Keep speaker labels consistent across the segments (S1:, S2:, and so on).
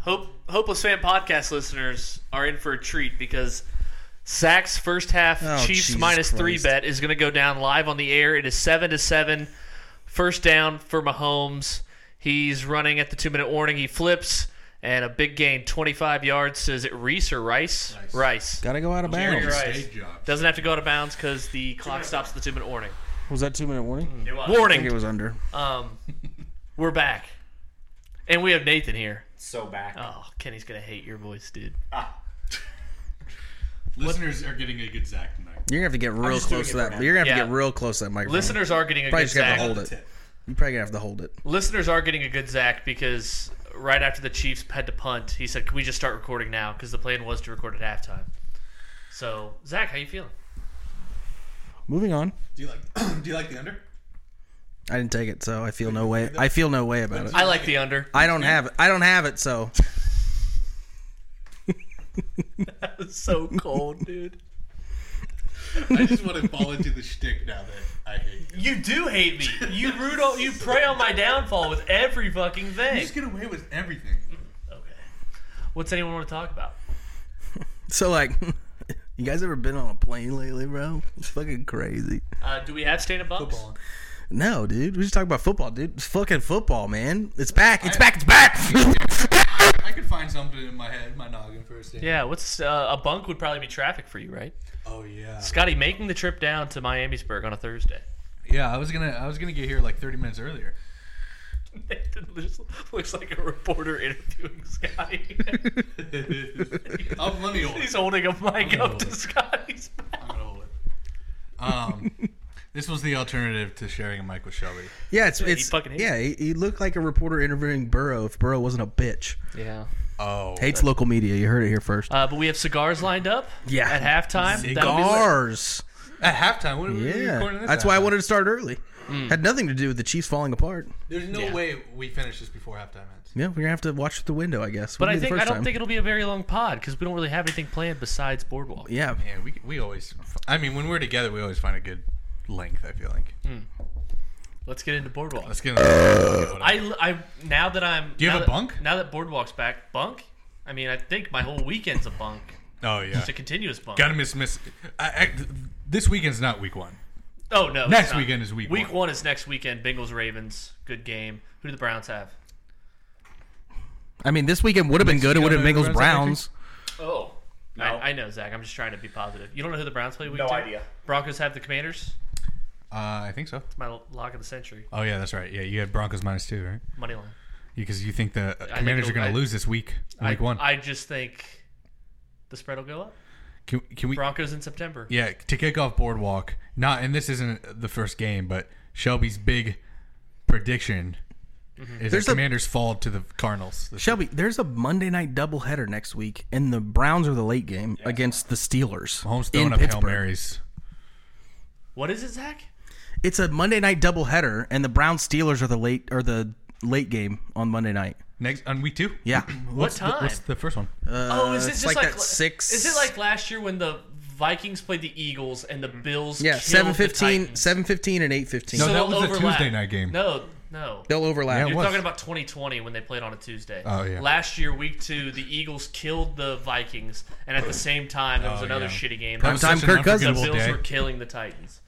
S1: Hope Hopeless Fan podcast listeners are in for a treat because Sacks first half
S2: Oh,
S1: Chiefs
S2: Jesus
S1: minus three
S2: Christ.
S1: bet is going to go down live on the air. It is seven to seven. First down for Mahomes. He's running at the two minute warning. He flips and a big gain, twenty five yards. Is it Reese or Rice?
S3: Rice.
S1: Rice.
S2: Gotta go out of
S1: Jerry
S2: bounds.
S1: Rice.
S3: State jobs.
S1: Doesn't have to go out of bounds because the clock stops at the two minute warning.
S2: Was that two minute warning? I think
S1: Warning.
S2: it was under.
S1: Um, we're back, and we have Nathan here.
S4: So back.
S1: Oh, Kenny's gonna hate your voice, dude.
S3: Listeners are getting a good Zach tonight.
S2: You're gonna have to get real
S4: just doing
S2: close
S4: it
S2: to that.
S4: for now.
S2: You're gonna have
S1: Yeah.
S2: to get real close to that microphone.
S1: Listeners are getting a
S2: Probably
S1: good
S2: just gotta
S1: sack.
S2: hold it. You probably gonna have to hold it.
S1: Listeners are getting a good Zach because right after the Chiefs had to punt, he said, "Can we just start recording now?" Because the plan was to record at halftime. So, Zach, how you feeling?
S2: Moving on.
S3: Do you like? do you like the under?
S2: I didn't take it, so I feel no way. I feel no way about it.
S1: I like the under.
S2: I don't have it. I don't have it, so
S1: That was so cold, dude.
S3: I just want to fall into the shtick now that I hate. You.
S1: You do hate me. You root on. You prey on my downfall with every fucking
S3: You
S1: thing.
S3: just get away with everything.
S1: Okay. What's anyone want to talk about?
S2: so like. You guys ever been on a plane lately, bro? It's fucking crazy.
S1: Uh, do we have stand-up bumps?
S3: Football.
S2: No, dude. We just talking about football, dude. It's fucking football, man. It's back. It's back. It's back.
S3: I could find something in my head, my noggin for a second.
S1: Yeah. What's uh, a bunk would probably be traffic for you, right?
S3: Oh yeah.
S1: Scotty making the trip down to Miamisburg on a Thursday.
S3: Yeah, I was gonna, I was gonna get here like 30 minutes earlier.
S1: Nathan looks, looks like a reporter interviewing Scotty.
S3: Um, Oh, let me hold
S1: He's
S3: it.
S1: holding a mic
S3: gonna
S1: up to
S3: hold it.
S1: Scotty's
S3: I'm
S1: back.
S3: gonna hold it. Um, this was the alternative to sharing a mic with Shelby.
S2: yeah, it's
S1: he
S2: it's
S1: fucking hates
S2: yeah. He, he looked like a reporter interviewing Burrow if Burrow wasn't a bitch.
S1: Yeah.
S3: Oh,
S2: Hates local media. You heard it here first.
S1: Uh, but we have cigars lined up
S2: Yeah.
S1: at halftime. That'll be lit.
S2: Cigars.
S3: at halftime. What are we
S2: Yeah,
S3: recording this?
S2: that's
S3: at?
S2: why I wanted to start early.
S1: Hmm.
S2: Had nothing to do with the Chiefs falling apart.
S3: There's no
S1: Yeah.
S3: way we finish this before halftime ends.
S2: Yeah, we're gonna have to watch through the window, I guess.
S1: But I
S2: Wouldn't be the
S1: think
S2: first
S1: I don't
S2: time.
S1: think it'll be a very long pod because we don't really have anything planned besides Boardwalk.
S2: Yeah,
S3: Man, we we always. I mean, when we're together, we always find a good length. I feel like.
S1: Let's get into Boardwalk.
S3: Let's get. Uh,
S1: I, I now that I'm.
S3: Do you
S1: now
S3: have a
S1: that-
S3: bunk?
S1: Now that Boardwalk's back, bunk. I mean, I think my whole weekend's a bunk.
S3: oh yeah.
S1: It's a continuous bunk.
S3: Gotta miss miss. I, I, this weekend's not week one.
S1: Oh no!
S3: Next
S1: it's not.
S3: weekend is week
S1: Week
S3: one.
S1: one. is next weekend. Bengals Ravens. Good game. Who do the Browns have?
S2: I mean, this weekend would have been good. It would have been
S3: Mexico
S2: Bengals
S3: knows everything?
S2: Browns.
S1: Oh.
S4: No.
S1: I, I know, Zach. I'm just trying to be positive. You don't know who the Browns play week
S4: No
S1: two?
S4: idea.
S1: Broncos have the Commanders.
S3: Uh, I think so.
S1: It's my lock of the century.
S3: Oh yeah, that's right. Yeah, you had Broncos minus two, right?
S1: Money line.
S3: Because you think the uh, Commanders
S1: it'll-
S3: are
S1: I-
S3: going to lose this week, week
S1: I,
S3: one.
S1: I just think the spread will go up.
S3: can, can we?
S1: Broncos in September.
S3: Yeah, to kick off boardwalk. Not, and this isn't the first game, but Shelby's big prediction
S1: Mm-hmm.
S3: is
S2: There's
S3: that
S2: a-
S3: Commanders fall to the Cardinals. This
S2: Shelby, there's a Monday night doubleheader next week, and the Browns are the late game against the Steelers
S3: Mahomes
S2: in
S3: throwing up hail
S2: Pittsburgh.
S3: marys.
S1: What is it, Zach?
S2: It's a Monday night doubleheader, and the Browns Steelers are the late or the late game on Monday night.
S3: Next on week two.
S2: Yeah,
S3: What's the-
S1: time?
S3: what's the first one?
S1: oh, is it
S2: it's
S1: just
S2: like
S1: like,
S2: that six-
S1: Is it like last year when the Vikings played the Eagles and the Bills?
S2: yeah,
S1: killed the
S2: 7-15,
S1: Titans?
S2: 7-15 and eight fifteen.
S3: No,
S1: So
S3: that
S1: they'll
S3: was the
S1: overlap.
S3: Tuesday night game.
S1: No, no.
S2: They'll overlap.
S3: Yeah,
S1: You're
S3: was.
S1: talking about 2020 when they played on a Tuesday.
S3: Oh, yeah.
S1: Last year, week two, the Eagles killed the Vikings, and at the same time, there was
S3: Oh,
S1: another
S3: yeah.
S1: shitty game.
S3: That was
S2: Time
S3: such an
S2: Kirk Cousins.
S1: the
S3: unforgettable
S1: Bills
S3: day.
S1: were killing the Titans.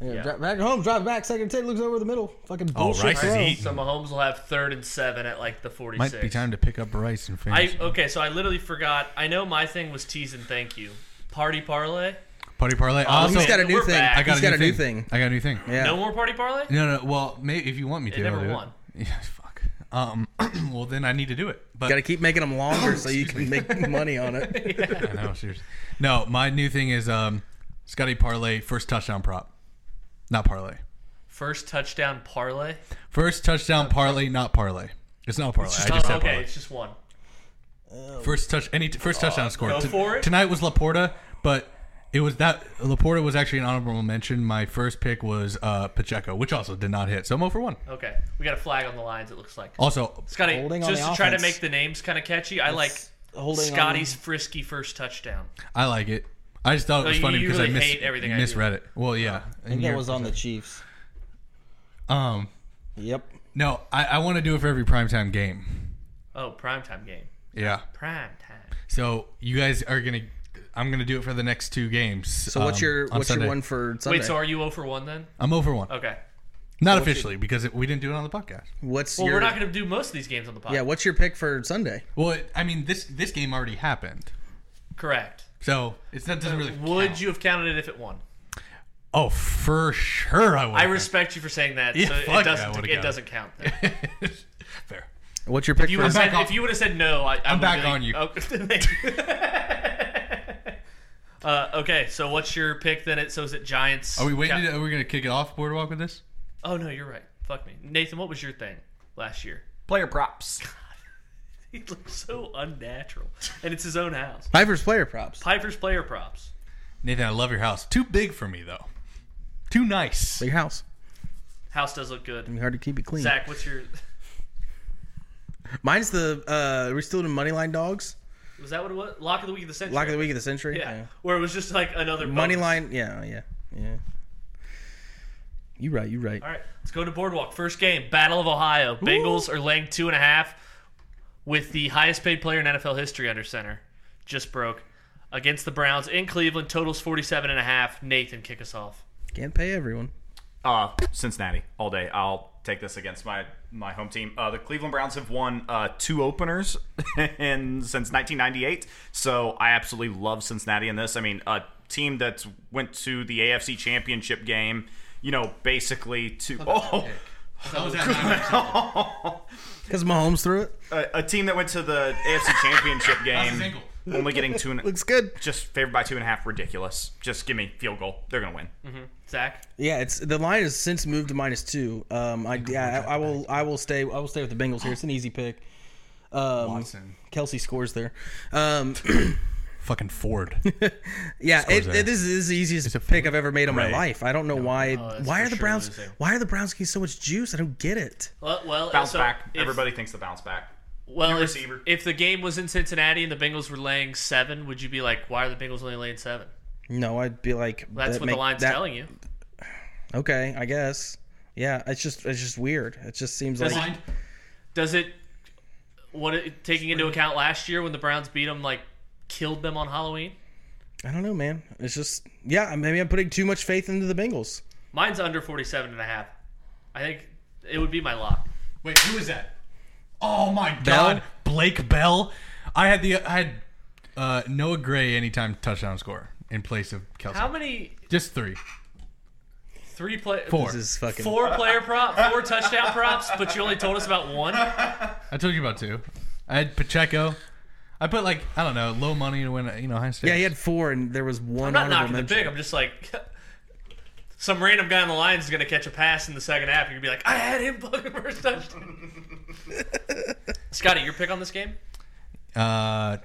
S1: Yeah.
S2: Drive back home, drive back, second and ten, looks over the middle. Fucking
S3: Oh,
S2: bullshit.
S3: Rice is
S2: throw.
S3: eating.
S1: So Mahomes will have third and seven at like the 46.
S3: Might be time to pick up Rice and finish.
S1: I okay, so I literally forgot. I know my thing was tease and thank you. Party parlay.
S3: Party parlay. also,
S2: Oh, He's got a new
S1: We're
S2: thing.
S1: back.
S3: I Oh, got
S2: He's
S3: a,
S2: got
S3: new thing. I got a new thing.
S2: Yeah.
S1: No more party parlay.
S3: No, no. Well, maybe if you want me to,
S1: never
S3: I'll do
S1: won.
S3: It. Yeah, fuck. Um. well, then I need to do it. But
S2: Got to keep making them longer so you can make money on it.
S3: I know, seriously. No, my new thing is um, Scotty parlay first touchdown prop, not parlay.
S1: First touchdown parlay.
S3: First touchdown parlay, not parlay. It's not parlay. I just
S1: Oh,
S3: said
S1: okay,
S3: parlay.
S1: it's just one.
S3: First touch, any first touchdown score.
S1: Oh, go
S3: T-
S1: for it.
S3: Tonight was Laporta, but it was that Laporta was actually an honorable mention. My first pick was uh, Pacheco, which also did not hit. So I'm 0 for one.
S1: Okay, we got a flag on the lines. It looks like.
S3: Also,
S1: Scotty,
S2: Holding on
S1: just
S2: the
S1: to try to
S2: offense.
S1: make the names kind of catchy, I like
S2: holding on.
S1: Scotty's frisky first touchdown.
S3: I like it. I just thought it was
S1: you-
S3: funny
S1: you
S3: because
S1: really
S3: I mis-
S1: hate everything I do.
S3: misread it. Well, yeah. And um, you're-
S2: the Chiefs.
S3: um,
S2: Yep.
S3: no, I, I want to do it for every primetime game.
S1: Oh, primetime game.
S3: Yeah.
S1: Prime time.
S3: So you guys are gonna. I'm gonna do it for the next two games. um,
S2: So what's your what's your one for Sunday?
S1: Wait, so are you 0 for 1 then?
S3: I'm over one.
S1: Okay.
S3: Not officially because it, we didn't do it on the podcast.
S2: what's
S1: Well,
S2: your
S1: we're not going to do most of these games on the podcast.
S2: yeah? What's your pick for Sunday?
S3: Well, it, I mean this this game already happened,
S1: Correct.
S3: so it's that doesn't really.
S1: Would
S3: count.
S1: you have counted it if it won?
S3: Oh, for sure, I would.
S1: I respect you for saying that.
S3: Yeah,
S1: so
S3: fuck yeah,
S1: it
S3: I
S1: doesn't.
S3: would've
S1: It
S3: got it.
S1: doesn't count. Then.
S3: Fair.
S2: What's your pick?
S1: You
S2: for
S1: would
S3: back
S1: said,
S3: on-
S1: if you would have said no, I, I
S3: I'm
S1: would've
S3: back
S1: been
S3: on you.
S1: Oh, thank you. uh, okay, so what's your pick then? It so is it Giants.
S3: Are we waiting?
S1: Cow-
S3: to- are we gonna kick it off boardwalk with this?
S1: oh no, you're right. Fuck me, Nathan. What was your thing last year?
S4: Player props.
S1: He looks so unnatural, and it's his own house.
S2: Piper's player props?
S1: Piper's player props.
S3: Nathan, I love your house. Too big for me though. Too nice.
S2: Big house.
S1: House does look good.
S2: Hard to keep it clean.
S1: Zach, what's your?
S2: Mine's the uh, are we still doing moneyline dogs?
S1: Was that what it was? Lock of the week of the century.
S2: Lock of the week of the century.
S1: Yeah, where it was just like another
S2: Money
S1: bonus.
S2: line. Yeah, yeah, yeah. You right. You right.
S1: All right, let's go to Boardwalk. First game, Battle of Ohio. Bengals are laying two and a half with the highest paid player in NFL history under center. Just broke. Against the Browns in Cleveland, totals 47 and a half. Nathan, kick us off.
S2: Can't pay everyone.
S4: Uh, Cincinnati all day. I'll take this against my my home team. Uh, the Cleveland Browns have won uh, two openers in, since 1998, so I absolutely love Cincinnati in this. I mean, a team that went to the AFC Championship game, you know, basically to oh.
S3: That was at nine percent.
S2: Because Mahomes threw it.
S4: a, a team that went to the AFC Championship
S3: his
S4: game,
S3: ankle.
S4: only getting two and
S2: Looks good.
S4: just favored by two and a half. Ridiculous. Just give me field goal. They're gonna win.
S3: Mm-hmm.
S1: Zach?
S2: Yeah, it's the line has since moved to minus two. Um, I yeah, I, I will I will stay I will stay with the Bengals here. It's an easy pick. Um,
S3: Watson.
S2: Kelsey scores there. Um,
S3: Fucking Ford.
S2: yeah, it,
S3: there.
S2: it- this is the easiest pick I've ever made in
S3: Right.
S2: my life. I don't know why.
S1: Oh, that's
S2: why
S1: for
S2: are the
S1: sure
S2: Browns?
S1: losing.
S2: Why are the Browns getting so much juice? I don't get it.
S1: Well, well
S4: Bounce
S1: so
S4: back.
S1: if-
S4: Everybody thinks the bounce back.
S1: well, if,
S4: receiver.
S1: if the game was in Cincinnati and the Bengals were laying seven, would you be like, why are the Bengals only laying seven?
S2: No, I'd be like
S1: That's
S2: that
S1: what
S2: make-
S1: the line's
S2: that-
S1: telling you.
S2: Okay, I guess. Yeah, it's just it's just weird. It just seems
S1: Does
S2: like
S1: it, does it, what it, taking into account last year when the Browns beat them, like, killed them on Halloween?
S2: I don't know, man. It's just yeah. Maybe I'm putting too much faith into the Bengals.
S1: Mine's under 47 and a half. I think it would be my lock.
S3: Wait, who is that? Oh my
S2: Bell?
S3: god, Blake Bell. I had the I had uh, Noah Gray anytime touchdown score in place of Kelsey.
S1: How many
S3: Just three,
S1: three play
S3: four.
S2: This is fucking
S1: four player prop, four touchdown props, but you only told us about one?
S3: I told you about two. I had Pacheco. I put like I don't know low money to win. You know high stakes.
S2: Yeah, he had four, and there was one
S1: I'm not
S2: honorable
S1: knocking the
S2: mention.
S1: big. I'm just like some random guy on the Lions is going to catch a pass in the second half. You're going to be like, I had him fucking first touchdown. Scotty, your pick on this game?
S3: Uh,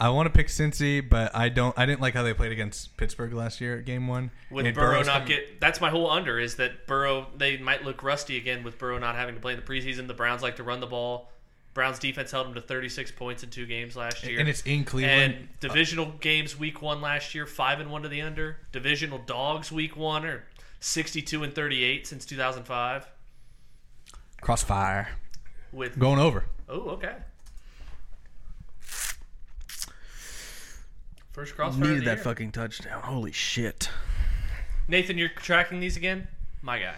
S3: I want to pick Cincy, but I don't. I didn't like how they played against Pittsburgh last year at Game One.
S1: With
S3: And
S1: Burrow
S3: Burrow's
S1: not
S3: coming-
S1: get that's my whole under is that Burrow they might look rusty again with Burrow not having to play in the preseason. The Browns like to run the ball. Browns defense held them to 36 points in two games last year.
S3: and it's in Cleveland.
S1: and divisional games week one last year, five and one to the under. Divisional dogs week one are sixty-two and thirty-eight since two thousand five.
S3: Crossfire
S1: With
S3: going over.
S1: oh okay, first crossfire. of
S2: Needed
S1: the
S2: that
S1: year.
S2: fucking touchdown. Holy shit!
S1: Nathan, you're tracking these again, my guy.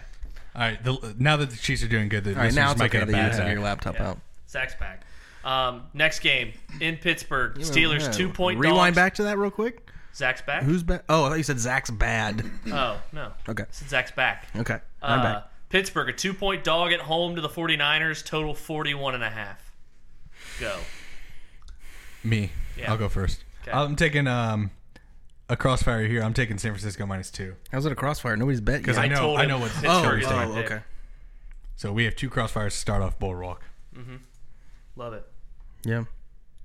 S3: All right. The, now that the Chiefs are doing good, the
S2: All right, now
S3: listeners
S2: it's
S3: might
S2: okay
S3: get
S2: that
S3: a
S2: you
S3: bad
S2: have
S3: act.
S2: your laptop out.
S1: Zach's back. Um, next game in Pittsburgh, Steelers
S2: Yeah.
S1: two point dogs.
S2: Rewind back to that real quick.
S1: Zach's back.
S2: Who's bad? Oh, I thought you said Zach's bad.
S1: Oh no,
S2: Okay,
S1: it's Zach's back.
S2: okay, I'm
S1: Uh,
S2: back.
S1: Pittsburgh, a two point dog at home to the 49ers, total 41 and a half. Go.
S3: Me.
S1: Yeah.
S3: I'll go first. I'm taking um a crossfire here. I'm taking San Francisco minus two
S2: How's it a crossfire? Nobody's bet yet.
S3: because I,
S1: I
S3: know
S1: told
S3: I
S1: him.
S3: know what.
S1: Oh,
S2: oh,
S1: Pittsburgh is
S2: oh,
S1: my pick.
S2: okay.
S3: So we have two crossfires to start off Bullrock.
S1: Love it.
S2: Yeah.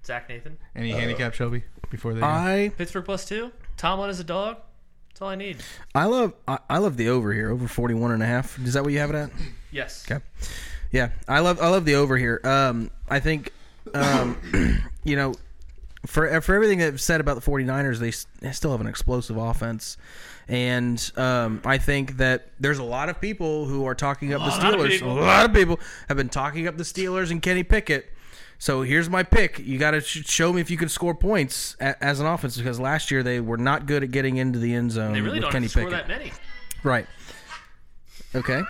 S1: Zach Nathan.
S3: Any handicap, Shelby? Before they.
S2: Uh, I
S1: Pittsburgh plus two. Tomlin is a dog. That's all I need.
S2: I love I, I love the over here over 41 and a half. Is that what you have it at?
S1: Yes.
S2: Okay. Yeah, I love I love the over here. Um, I think, um, you know, for for everything that's said about the 49ers, they s- they still have an explosive offense, and um, I think that there's a lot of people who are talking up the
S1: lot of
S2: Steelers. A
S1: people.
S2: lot of people have been talking up the Steelers and Kenny Pickett. So here's my pick. You got to sh- show me if you can score points a- as an offense because last year they were not good at getting into the end zone
S1: They really
S2: with
S1: don't have
S2: Kenny
S1: to score that
S2: Pickett.
S1: many.
S2: Right. Okay.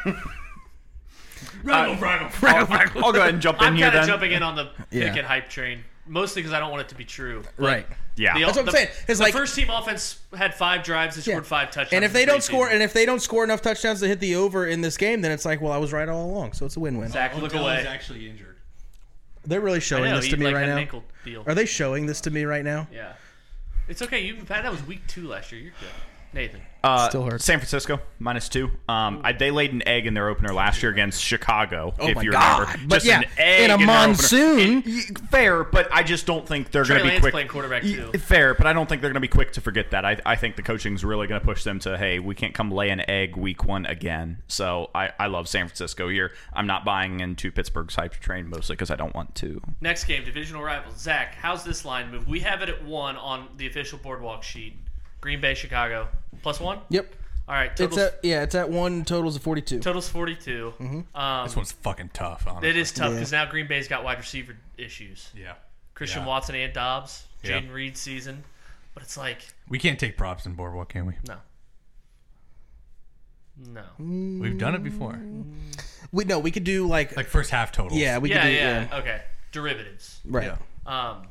S3: Rival, rival.
S4: I'll, Uh, I'll go ahead and jump in
S1: I'm
S4: here
S1: kind
S4: then.
S1: of jumping in on the
S2: Yeah.
S1: Pickett hype train, mostly because I don't want it to be true. But
S2: right.
S4: Yeah.
S1: the-
S4: That's
S2: what I'm
S1: the-
S2: saying. It's
S1: the
S2: like-
S1: first team offense had five drives, they
S2: Yeah.
S1: scored five touchdowns.
S2: And if they
S1: this
S2: don't
S1: preseason.
S2: score, and if they don't score enough touchdowns to hit the over in this game, then it's like, well, I was right all along. So it's a win-win.
S1: Zach, look
S3: Odell is
S1: away.
S3: actually injured.
S2: They're really
S1: I
S2: showing
S1: know
S2: this
S1: he
S2: to me
S1: like
S2: right
S1: had an
S2: now.
S1: ankle deal.
S2: Are they showing this to me right now?
S1: Yeah, it's okay. You Pat, that was week two last year. You're good, Nathan.
S4: Uh,
S2: Still hurts.
S4: San Francisco minus two. Um, I, they laid an egg in their opener last year against Chicago. if
S2: my
S4: you
S2: God.
S4: remember,
S2: But
S4: just
S2: yeah,
S4: an egg
S2: in a
S4: their opener.
S2: monsoon.
S4: It- y- fair, but I just don't think they're
S1: Trey
S4: going to be
S1: Lance
S4: quick.
S1: playing quarterback,
S4: Y-
S1: too.
S4: Fair, but I don't think they're going to be quick to forget that. I, I think the coaching's really going to push them to hey, we can't come lay an egg week one again. So I, I love San Francisco here. I'm not buying into Pittsburgh's hype train mostly because I don't want to.
S1: Next game, divisional rivals. Zach, how's this line move? We have it at one on the official boardwalk sheet. Green Bay, Chicago, plus one.
S2: Yep.
S1: All right,
S2: It's
S1: totals
S2: at yeah, it's at one. Totals of forty-two.
S1: totals forty Um,
S3: This one's fucking tough. Honestly.
S1: it is tough because now Green Bay's got wide receiver issues.
S3: Yeah.
S1: Christian
S3: Yeah.
S1: Watson and Dobbs,
S3: Yeah.
S1: Jaden Reed season, but it's like
S3: We can't take props in boardwalk, can we?
S1: no, no.
S3: We've done it before.
S2: we no, we could do like,
S3: Like first half totals.
S2: Mm. yeah, we
S1: yeah,
S2: could do
S1: yeah, Okay, derivatives.
S2: right.
S3: Yeah.
S1: Um,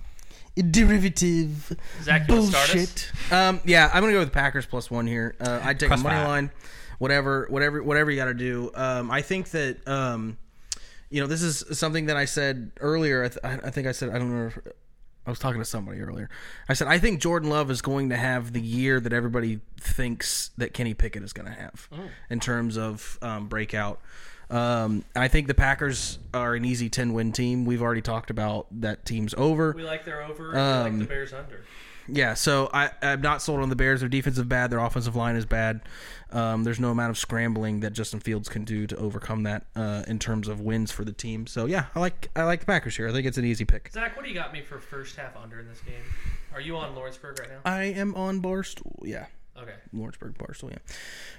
S2: Derivative
S1: Zach, you wanna start us?
S2: bullshit. Um, yeah, I'm gonna go with Packers plus one here. Uh, I take the
S3: Plus
S2: money
S3: five.
S2: line, whatever, whatever, whatever you got to do. Um, I think that um, you know, this is something that I said earlier. I, th- I I think I said I don't know. If, I was talking to somebody earlier. I said I think Jordan Love is going to have the year that everybody thinks that Kenny Pickett is going to have
S1: Oh.
S2: in terms of um, breakout. Um, and I think the Packers are an easy ten win team. We've already talked about that team's over.
S1: We like their over. we like the Bears under.
S2: Yeah, so I, I'm not sold on the Bears. Their defensive bad. Their offensive line is bad. Um, there's no amount of scrambling that Justin Fields can do to overcome that uh, in terms of wins for the team. So yeah, I like I like the Packers here. I think it's an easy pick.
S1: Zach, what do you got me for first half under in this game? Are you on Lawrenceburg right now?
S2: I am on Barstool. Yeah,
S1: Okay.
S2: Lawrenceburg Barstool.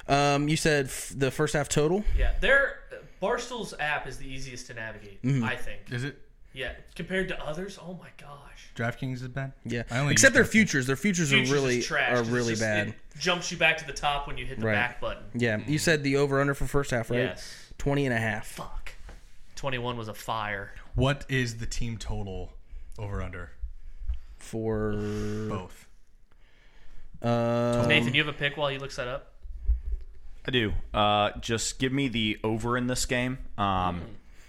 S2: Yeah. Um, you said f- the first half total.
S1: Yeah, their Barstool's app is the easiest to navigate,
S2: Mm-hmm.
S1: I think.
S3: Is it
S1: Yeah, compared to others, oh my gosh.
S3: DraftKings is bad?
S2: Yeah,
S3: I only
S2: except
S3: use
S2: their futures. Their futures,
S1: Futures
S2: are really
S1: is trash,
S2: are
S1: 'cause it's
S2: really
S1: just-
S2: bad.
S1: It jumps you back to the top when you hit the
S2: Right.
S1: back button.
S2: yeah, you said the over under for first half, right?
S1: Yes.
S2: 20 and a half.
S1: Fuck. 21 was a fire.
S3: What is the team total over under?
S2: for
S3: Both.
S2: uh,
S1: Nathan, you have a pick while he looks that up?
S4: I do. Uh, just give me the over in this game. Um,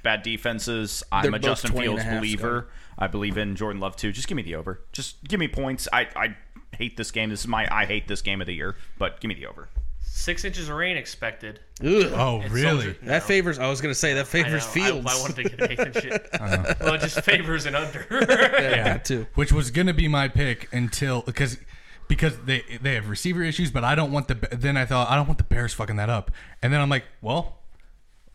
S4: Bad defenses. I'm
S2: They're
S4: a
S2: both
S4: Justin
S2: 20 and a
S4: Fields
S2: half,
S4: believer. I believe in Jordan Love too. Just give me the over. Just give me points. I, I hate this game. This is my I hate this game of the year. But give me the over.
S1: Six inches of rain expected.
S2: ugh.
S3: Oh, really?
S1: Soldier-
S2: That favors. I was gonna say that
S1: I
S2: favors
S1: know, I-
S2: Fields.
S1: I, wanted to get Nathan shit. well, it just favors and under.
S3: Yeah,
S2: that too.
S3: Which was gonna be my pick until because because they they have receiver issues, but I don't want the then I thought I don't want the Bears fucking that up. And then I'm like, well,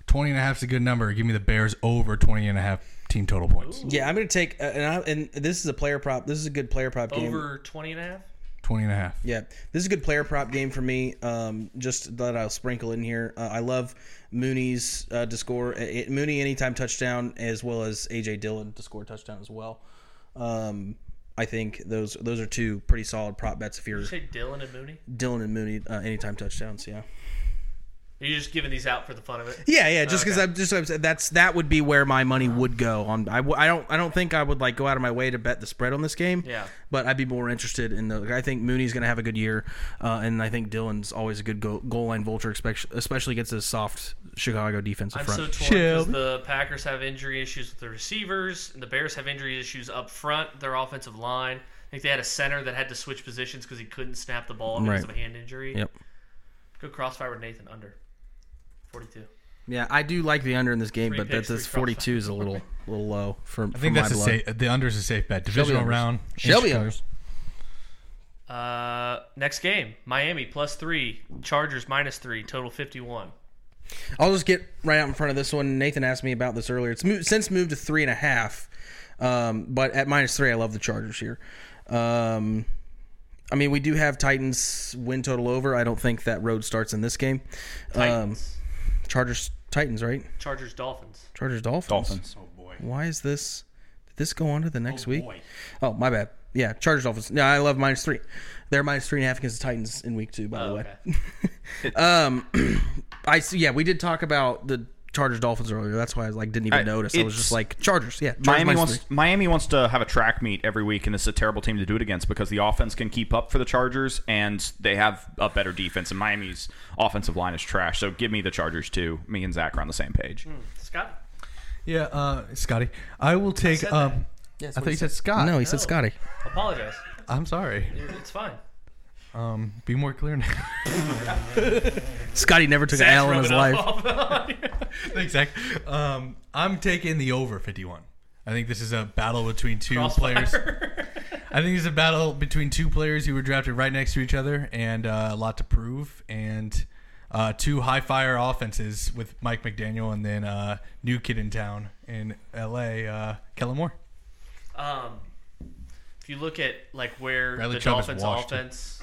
S3: 20 and a half is a good number. Give me the Bears over 20 and a half team total points.
S2: yeah, I'm gonna take uh, and I, and this is a player prop. This is a good player prop game.
S1: Over 20 and a half?
S3: 20 and a half.
S2: Yeah, this is a good player prop game for me. Um, just that I'll sprinkle in here. Uh, I love Mooney's uh, to score. It, Mooney anytime touchdown, as well as AJ Dillon to score a touchdown as well. Um, I think those those are two pretty solid prop bets if you're
S1: Say Dylan and Mooney?
S2: Dillon and Mooney uh, anytime touchdowns. Yeah.
S1: You're just giving these out for the fun of it.
S2: Yeah, yeah. Just because
S1: Okay.
S2: I'm just I'm saying that's that would be where my money would go on. I, w- I don't I don't think I would like go out of my way to bet the spread on this game.
S1: Yeah.
S2: but I'd be more interested in the. I think Mooney's going to have a good year, uh, and I think Dylan's always a good go- goal line vulture, espec- especially against a soft Chicago defensive
S1: I'm
S2: front.
S1: so torn because the Packers have injury issues with the receivers, and the Bears have injury issues up front. Their offensive line. I think they had a center that had to switch positions because he couldn't snap the ball because
S2: Right.
S1: of a hand injury.
S2: Yep.
S1: Good crossfire with Nathan under 42.
S2: yeah, I do like the under in this game,
S1: Three
S2: but that's
S1: picks,
S2: this
S1: three
S2: 42 is a little little low for.
S3: I think
S2: for
S3: that's a
S2: my blood.
S3: safe. The under's a safe bet. Divisional
S2: unders.
S3: round. in
S2: Shelby
S3: Chicago.
S2: unders.
S1: Uh, next game, Miami plus three, Chargers minus three, total 51.
S2: I'll just get right out in front of this one. Nathan asked me about this earlier. It's mo- since moved to three and a half, um, but at minus three, I love the Chargers here. Um, I mean, we do have Titans win total over. I don't think that road starts in this game. Um,
S1: Titans,
S2: Chargers Titans, right?
S1: Chargers, Dolphins.
S2: Chargers Dolphins.
S4: Dolphins.
S3: Oh boy.
S2: Why is this? Did this go on to the next week?
S3: boy.
S2: Oh, my bad. Yeah, Chargers offense. No, I love minus three. They're minus three and a half against the Titans in week two. By
S1: Oh,
S2: the way, I see. Yeah, we did talk about the Chargers Dolphins earlier. That's why I like didn't even
S4: Alright,
S2: notice. I was
S4: it's-
S2: just like Chargers. Yeah, Chargers
S4: Miami
S2: minus
S4: wants
S2: three.
S4: Miami wants to have a track meet every week, and it's a terrible team to do it against because the offense can keep up for the Chargers, and they have a better defense. And Miami's offensive line is trash. So give me the Chargers too. Me and Zach are on the same page.
S1: Scott?
S3: Yeah, uh, Scotty. I will take.
S1: said
S3: um,
S1: that.
S3: I thought you said Scott.
S2: No, he said Scotty.
S1: Apologize.
S3: I'm sorry.
S1: It's fine.
S3: Um, be more clear now.
S2: Scotty never took an L in his life.
S3: exactly. Um, I'm taking the over 51. I think this is a battle between two players. I think it's a battle between two players who were drafted right next to each other and uh, a lot to prove, and uh, two high fire offenses with Mike McDaniel and then uh, new kid in town in L.A. Uh, Kellen Moore.
S1: Um, if you look at like where
S3: Bradley
S1: the
S3: Chubb is
S1: Dolphins'
S3: washed.
S1: offense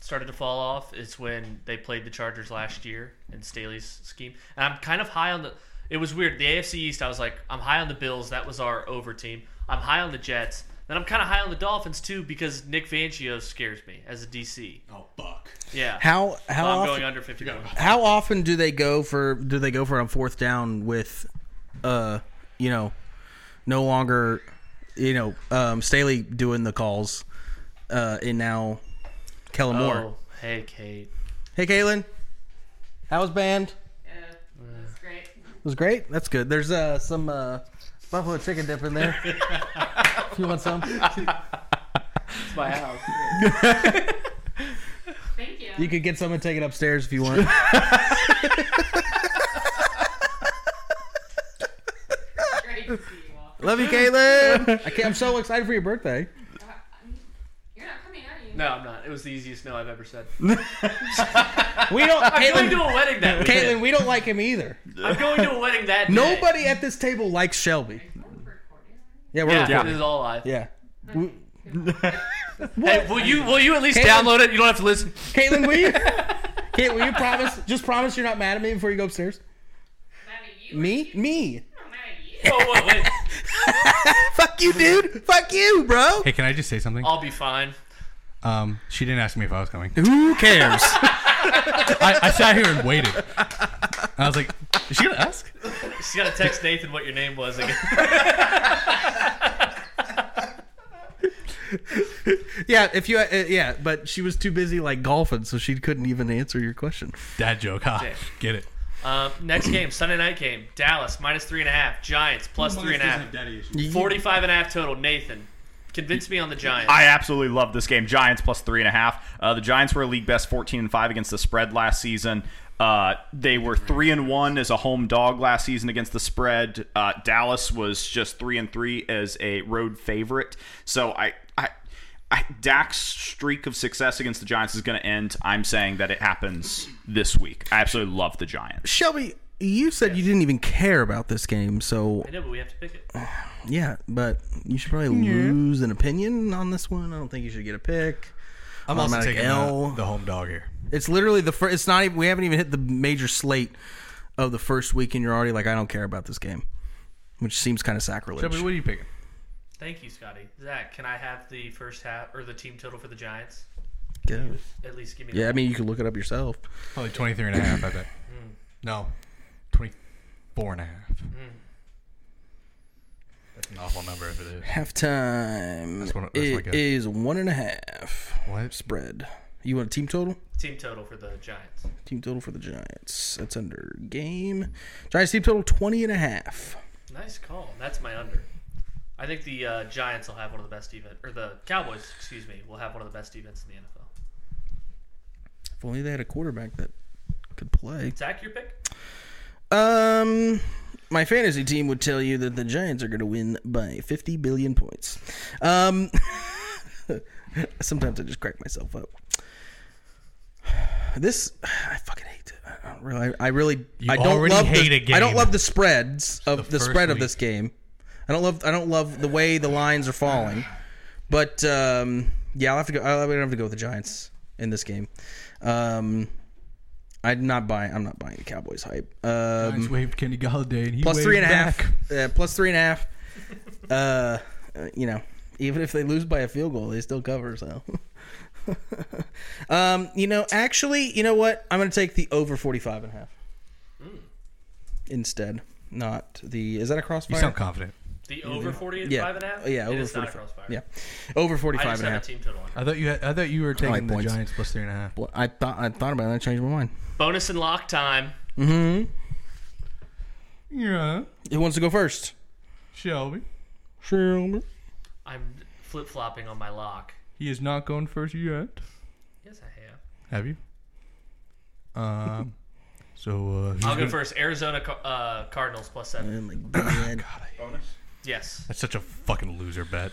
S1: started to fall off, it's when they played the Chargers last year in Staley's scheme. And I'm kind of high on the. It was weird. The AFC East, I was like, I'm high on the Bills. That was our over team. I'm high on the Jets. Then I'm kind of high on the Dolphins too because Nick Fangio scares me as a DC.
S3: Oh fuck!
S1: Yeah.
S2: How
S1: So
S2: how
S1: I'm
S2: often,
S1: going under 51.
S2: how often do they go for do they go for a fourth down with, uh, you know, no longer, you know, um, Staley doing the calls, uh, and now Kellen Moore.
S1: Oh, hey, Kate.
S2: Hey, Caitlin, how was band?
S5: That's great.
S2: It was great. That's good. There's uh, some uh, buffalo chicken dip in there. if you want some,
S1: It's my house.
S5: Thank you.
S2: you could get some and take it upstairs if you want.
S5: great to see you all.
S2: Love you, Caitlin. I can't, I'm so excited for your birthday.
S5: You're not coming, are you?
S1: No, I'm not. It was the easiest no I've ever said.
S2: We don't,
S1: I'm going
S2: Caitlin.
S1: to a wedding that weekend.
S2: Caitlin, we don't like him either.
S1: I'm going to a wedding that day.
S2: Nobody at this table likes Shelby. Yeah, we're
S1: Yeah,
S2: yeah.
S1: this is all live.
S2: yeah.
S1: Hey, will you will you at least
S2: Caitlin-
S1: download it? You don't have to listen.
S2: Caitlin, will you? Caitlin, will you promise? Just promise you're not mad at me before you go upstairs.
S5: Mad at you?
S2: Me? Me?
S5: I'm not mad at you.
S1: Oh, wait, wait.
S2: Fuck you, dude. Fuck you, bro.
S3: Hey, can I just say something?
S1: I'll be fine.
S3: Um, she didn't ask me if I was coming.
S2: Who cares?
S3: I, I sat here and waited. I was like, is she gonna ask?
S1: She's gotta text Nathan what your name was again.
S2: yeah, if you, uh, yeah, but she was too busy like golfing, so she couldn't even answer your question.
S3: Dad joke, huh? Get it.
S1: Um, next game, Sunday night game, Dallas minus three and a half, Giants plus three and a half, forty-five and a half total. Nathan, convince me on the Giants.
S4: I absolutely love this game. Giants plus three and a half. Uh, the Giants were a league best fourteen and five against the spread last season. Uh, they were three and one as a home dog last season against the spread. Uh, Dallas was just three and three as a road favorite. So I, I, I Dak's streak of success against the Giants is going to end. I'm saying that it happens this week. I absolutely love the Giants.
S2: Shelby, you said you didn't even care about this game, so
S1: I know, but we have to pick it.
S2: yeah, but you should probably lose an opinion on this one. I don't think you should get a pick.
S3: I'm also
S2: Automatic
S3: taking
S2: L.
S3: the, the home dog here.
S2: It's literally the first. It's not even. We haven't even hit the major slate of the first week, and you're already like, I don't care about this game, which seems kind of sacrilege.
S3: Shelby, what are you picking?
S1: Thank you, Scotty. Zach, can I have the first half or the team total for the Giants?
S2: Go.
S1: At least give me.
S2: Yeah, I mean, you can look it up yourself.
S3: Probably 23 and a half, I bet. No, 24 and a half. That's an awful number if it is.
S2: Halftime.
S3: what- that's my
S2: It
S3: guess.
S2: is one and a half
S3: What?
S2: spread. You want a team total?
S1: that. Team total for the Giants.
S2: Team total for the Giants. That's under game. Giants team total 20 and a half.
S1: Nice call. That's my under. I think the uh, Giants will have one of the best defense, or the Cowboys, excuse me, will have one of the best defense in the NFL.
S2: If only they had a quarterback that could play.
S1: Zach, your pick?
S2: Um, my fantasy team would tell you that the Giants are going to win by 50 billion points. Um, sometimes I just crack myself up. This I fucking hate. it. I don't really. I really.
S3: You
S2: I don't
S3: already
S2: love
S3: hate
S2: the,
S3: a game.
S2: I don't love the spreads
S3: The
S2: of the,
S3: first
S2: spread of
S3: week.
S2: this game. I don't love. I don't love the way the lines are falling. But um, yeah, I'll have to go. I'll I'll have to go with the Giants in this game. Um, I'm not buying. I'm not buying the Cowboys hype. Um,
S3: Giants waved Kenny Galladay and he
S2: plus
S3: waved
S2: three and a
S3: back.
S2: half. Uh, plus three and a half. uh, you know, even if they lose by a field goal, they still cover. So, um, you know, actually, you know what? I'm going to take the over 45 and a half instead. Not the is that a crossfire?
S3: You sound confident.
S1: The over 40
S2: yeah,
S1: five and a half?
S2: yeah,
S1: It
S2: over
S1: is not a
S2: 45.
S1: crossfire.
S2: Yeah, over
S1: I
S2: 45
S1: just
S2: and a
S1: have a
S2: half.
S1: team total on it.
S3: I thought you had, I thought you were taking
S2: like
S3: the
S2: points.
S3: Giants plus three and a half.
S2: Well, I thought I thought about it. I changed my mind.
S1: Bonus and lock time.
S3: Yeah,
S2: Mm-hmm. Who wants to go first?
S3: Shelby.
S2: Sure.
S1: I'm flip flopping on my lock.
S3: He is not going first yet.
S1: Yes, I have.
S3: Have you? Um. so uh, who's
S1: I'll go
S3: gonna-
S1: first. Arizona Car- uh, Cardinals plus seven.
S2: Oh my god.
S1: Yes,
S3: That's such a fucking loser bet.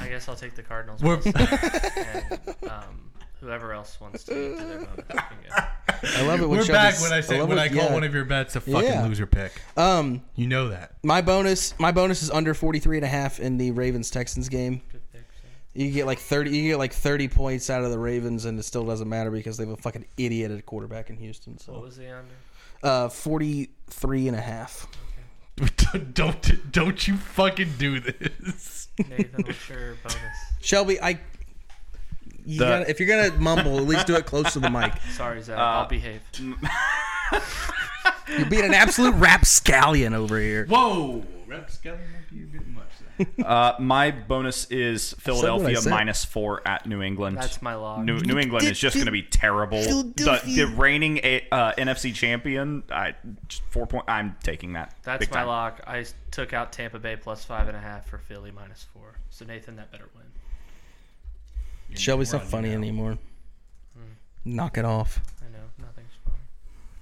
S1: I guess I'll take the Cardinals
S3: We're-
S1: plus seven. and, um, whoever else wants to do their bonus. can go.
S2: I love it when
S3: We're
S2: Shelby's-
S3: back when I say
S2: love
S3: when
S2: it-
S3: I call
S2: yeah.
S3: one of your bets a fucking
S2: Yeah.
S3: loser pick.
S2: Um,
S3: You know that.
S2: my bonus, my bonus is under 43 and a half in the Ravens Texans game.
S1: Good pick, so.
S2: You get like 30, you get like 30 points out of the Ravens, and it still doesn't matter because they have a fucking idiot at quarterback in Houston.
S1: What
S2: So,
S1: was the under?
S2: uh, 43 and a half.
S3: don't don't you fucking do this.
S1: Nathan, what's your bonus?
S2: Shelby, I, you
S4: The-
S2: gotta, if you're gonna mumble, at least do it close to the mic.
S1: Sorry, Zach. I'll behave.
S2: You're being an absolute rapscallion over here.
S3: Whoa, Rapscallion might be a bit much.
S4: Uh, my bonus is Philadelphia
S2: said.
S4: minus four at New England.
S1: That's my lock.
S4: New, New England is just going to be terrible. The, the
S2: Philadelphia.
S4: reigning A- uh, NFC champion, I just four point. I'm taking that.
S1: That's
S4: big
S1: my
S4: time.
S1: lock. I s- took out Tampa Bay plus five and a half for Philly minus four. So Nathan, that better win.
S2: Shelby's not funny anymore. Knock it off.
S1: I know nothing's funny.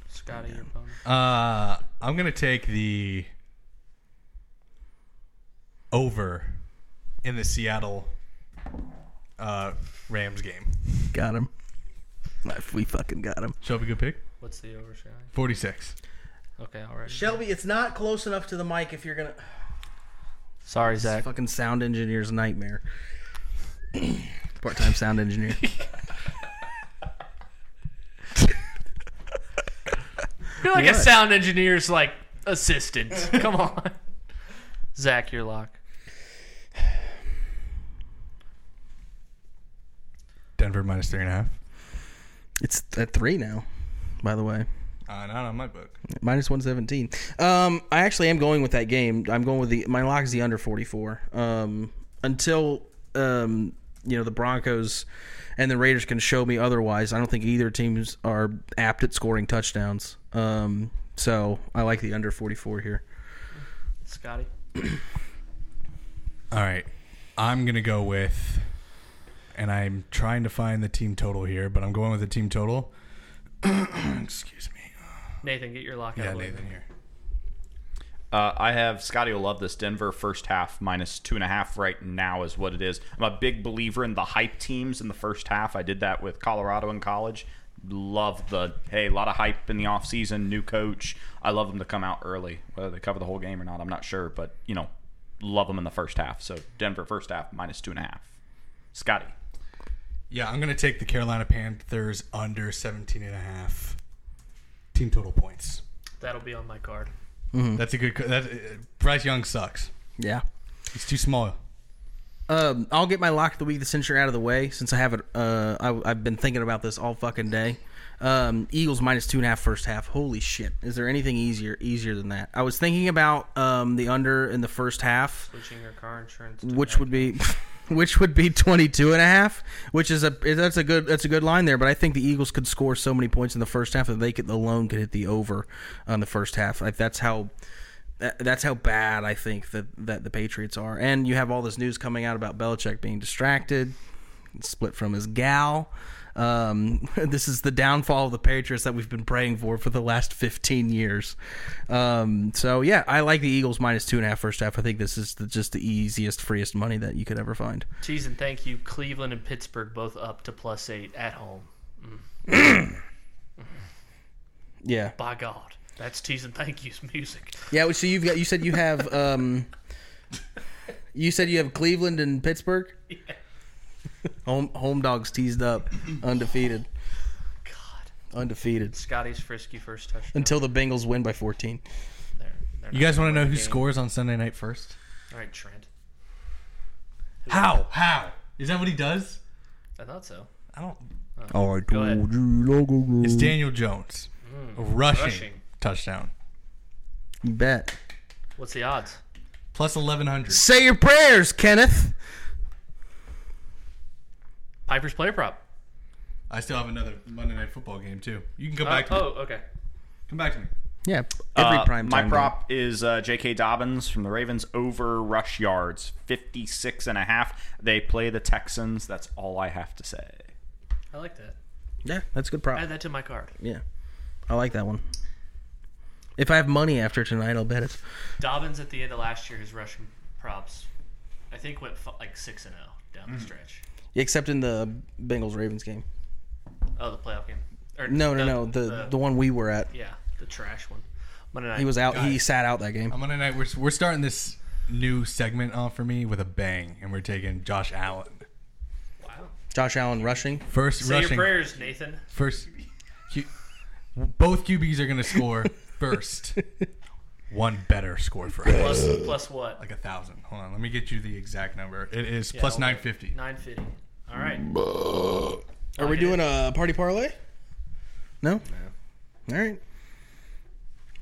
S1: Scotty, your bonus.
S3: Uh, I'm gonna take the over in the Seattle uh, Rams game.
S2: Got him. We fucking got him.
S3: Shelby, good pick.
S1: What's the over, Scotty?
S3: Forty six.
S1: Okay, already.
S2: Shelby, it's not close enough to the mic if you're gonna.
S1: Sorry, Zach.
S2: Fucking sound engineer's nightmare. Part time sound engineer.
S1: You're like a
S2: What?
S1: sound engineer's like assistant. Come on, Zach, your lock.
S3: Denver minus three and a half.
S2: It's at three now, by the way.
S3: Uh, not on my book.
S2: Minus 117. Um, I actually am going with that game. I'm going with the. My lock is the under 44. Um, until, um, you know, the Broncos and the Raiders can show me otherwise, I don't think either teams are apt at scoring touchdowns. Um, so I like the under 44 here.
S1: Scotty.
S3: All right. I'm going to go with, and I'm trying to find the team total here, but I'm going with the team total. Excuse me.
S1: Nathan, get your lock out.
S3: Yeah,
S1: of the way.
S3: Nathan here.
S4: Uh, I have Scotty will love this Denver first half minus two and a half right now is what it is. I'm a big believer in the hype teams in the first half. I did that with Colorado in college. Love the hey, a lot of hype in the offseason, new coach. I love them to come out early, whether they cover the whole game or not. I'm not sure, but you know, love them in the first half. So Denver first half minus two and a half. Scotty,
S3: Yeah, I'm going to take the Carolina Panthers under 17 and a half team total points.
S1: That'll be on my card.
S3: That's a good. co- That, uh, Bryce Young sucks.
S2: Yeah.
S3: He's too small.
S2: Um, I'll get my lock of the week, the censure out of the way, since I haven't. Uh, I, I've been thinking about this all fucking day. Um, Eagles minus two and a half first half. Holy shit! Is there anything easier easier than that? I was thinking about um, the under in the first half,
S1: Switching your car insurance. To
S2: which would be. Which would be 22 and a half, which is a that's a good that's a good line there. But I think the Eagles could score so many points in the first half that they could alone could hit the over on the first half. Like that's how that- that's how bad I think that that the Patriots are. And you have all this news coming out about Belichick being distracted, split from his gal. Um, this is the downfall of the Patriots that we've been praying for for the last 15 years. Um, so yeah, I like the Eagles minus two and a half first half. I think this is the, just the easiest, freest money that you could ever find.
S1: Cheese and thank you. Cleveland and Pittsburgh both up to plus eight at home.
S2: Yeah,
S1: By God, that's cheese and thank yous music.
S2: yeah. So you've got you said you have um, you said you have Cleveland and Pittsburgh. Home home dogs teased up, undefeated.
S1: God,
S2: undefeated
S1: Scotty's frisky first touchdown.
S2: until the Bengals win by 14.
S1: there. They're
S3: You
S1: not
S3: guys
S1: gonna
S3: want
S1: win
S3: to know
S1: the
S3: who
S1: game.
S3: scores on Sunday night first?
S1: All right, Trent.
S3: How? How? Is that what he does?
S1: I thought so.
S3: I don't.
S2: Oh, I
S1: ahead.
S2: told you, logo go.
S3: It's Daniel Jones rushing,
S1: Hmm. rushing.
S3: touchdown
S2: You bet.
S1: What's the odds?
S3: plus eleven hundred.
S2: Say your prayers, Kenneth.
S1: Piper's player prop.
S3: I still have another Monday night football game too. You can come
S1: Oh,
S3: back to
S1: oh,
S3: me.
S1: okay.
S3: Come back to me.
S2: Yeah, every
S4: Uh,
S2: prime
S4: my
S2: time. game.
S4: prop is uh, J.K. Dobbins from the Ravens over rush yards, 56 and a half. They play the Texans. That's all I have to say.
S1: I like that.
S2: Yeah, that's a good prop.
S1: Add that to my card.
S2: Yeah, I like that one. If I have money after tonight, I'll bet it.
S1: Dobbins at the end of last year, his rushing props, I think went f- like six and zero down the stretch.
S2: Except in the Bengals Ravens game.
S1: Oh, the playoff game. Or,
S2: No, no, no. The the one we were at.
S1: yeah, the trash one. Monday night.
S2: He was out. He
S3: Guys.
S2: sat out that game.
S3: On Monday night, we're we're starting this new segment off for me with a bang, and we're taking Josh Allen
S1: Wow.
S2: Josh Allen rushing.
S3: first
S1: Say
S3: rushing
S1: your prayers, Nathan.
S3: first. Q, both QBs are going to score first. One better score for us.
S1: Plus, plus what?
S3: like a thousand. Hold on, let me get you the exact number. It is plus nine fifty.
S1: Nine fifty. All right.
S2: Are we
S1: Okay.
S2: doing a party parlay? No. All right.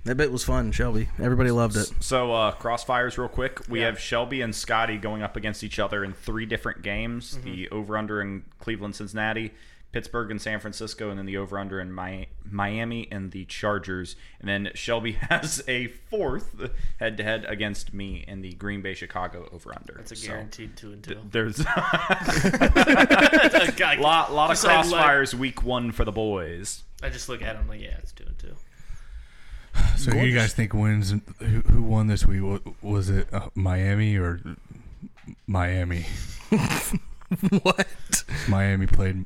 S2: That bit was fun, Shelby. Everybody loved it.
S4: So, uh, crossfires, real quick. We have Shelby and Scotty going up against each other in three different games
S2: Mm-hmm.
S4: the over under in Cleveland, Cincinnati, Pittsburgh, and San Francisco, and then the over under in Mi- Miami and the Chargers. And then Shelby has a fourth head to head against me in the Green Bay, Chicago over under.
S1: It's a guaranteed two and two.
S4: There's
S1: God,
S4: lot, lot of
S1: just like-
S4: crossfires week one for the boys.
S1: I just look at him like, yeah, it's two and two.
S3: So who you guys think wins? Who, who won this week? Wa- Was it uh, Miami or Miami?
S2: What?
S3: Miami played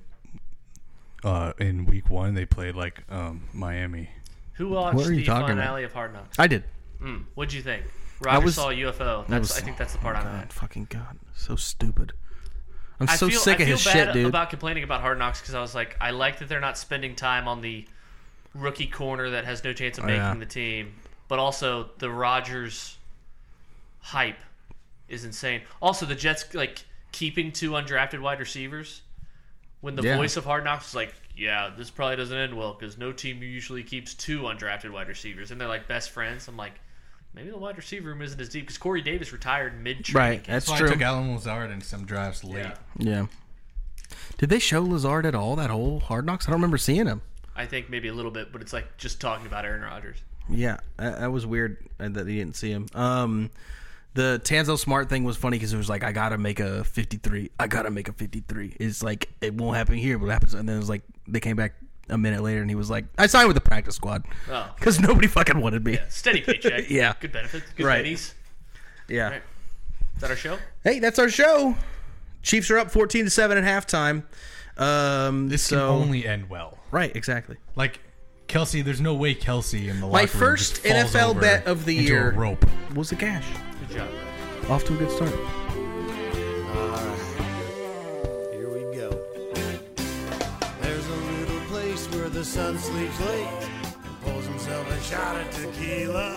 S3: uh, in week one. They played like um, Miami.
S1: Who watched
S2: are you
S1: the
S2: talking about?
S1: finale of Hard Knocks?
S2: I did.
S1: Mm, what'd you think? Roger
S2: was-
S1: saw a UFO. That's, I,
S2: was-
S1: think that's the part I'm at.
S2: God, fucking god, so stupid. I'm
S1: I
S2: so
S1: feel,
S2: sick
S1: I
S2: of
S1: feel
S2: his
S1: bad
S2: shit, dude.
S1: about complaining about Hard Knocks because I was like, I like that they're not spending time on the rookie corner that has no chance
S2: Oh,
S1: of making
S3: yeah.
S1: the team, but also the Rogers hype is insane. Also, the Jets like keeping two undrafted wide receivers. When the
S2: Yeah.
S1: voice of Hard Knocks is like, "Yeah, this probably doesn't end well because no team usually keeps two undrafted wide receivers," and they're like best friends. I'm like, maybe the wide receiver room isn't as deep because Corey Davis retired mid training
S2: right, that's
S3: So I
S2: true.
S3: took Alan Lazard in some drafts late.
S2: Yeah. Did they show Lazard at all that whole Hard Knocks? I don't remember seeing him.
S1: I think maybe a little bit, but it's like just talking about Aaron Rodgers.
S2: Yeah, that, that was weird uh, that he didn't see him. Um, the Tanzo Smart thing was funny because it was like, I gotta make a 53. I gotta make a 53. It's like, it won't happen here, but it happens. And then it was like, they came back a minute later and he was like, I signed with the practice squad
S1: Oh.
S2: because nobody fucking wanted me.
S1: Steady paycheck.
S2: Yeah.
S1: Good benefits. Good
S2: Right.
S1: pennies.
S2: Yeah.
S1: Right. Is that our show?
S2: Hey, that's our show. Chiefs are up 14 to 7 at halftime. Um,
S3: This
S2: so,
S3: can only end well.
S2: right, exactly.
S3: Like Kelsey, there's no way Kelsey in the
S2: My
S3: locker room
S2: first
S3: just falls
S2: NFL
S3: over
S2: bet of the
S3: into
S2: year.
S3: A rope.
S2: Was the cash
S1: Good job.
S2: off to a good start?
S6: Here we go. There's a little place where the sun sleeps late and pulls himself a shot of tequila.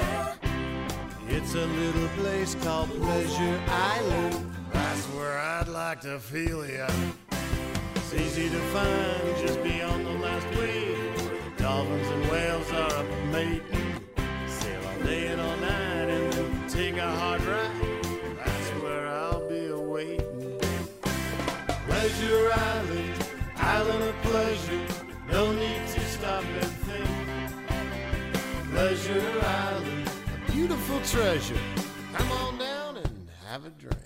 S6: It's a little place called Pleasure Island. That's where I'd like to feel ya. It's easy to find just beyond the last wave where the dolphins and whales are up mating. Sail all day and all night and then take a hard ride. That's where I'll be awaiting. Pleasure Island, island of pleasure. No need to stop and think. Pleasure Island, a beautiful treasure. Come on down and have a drink.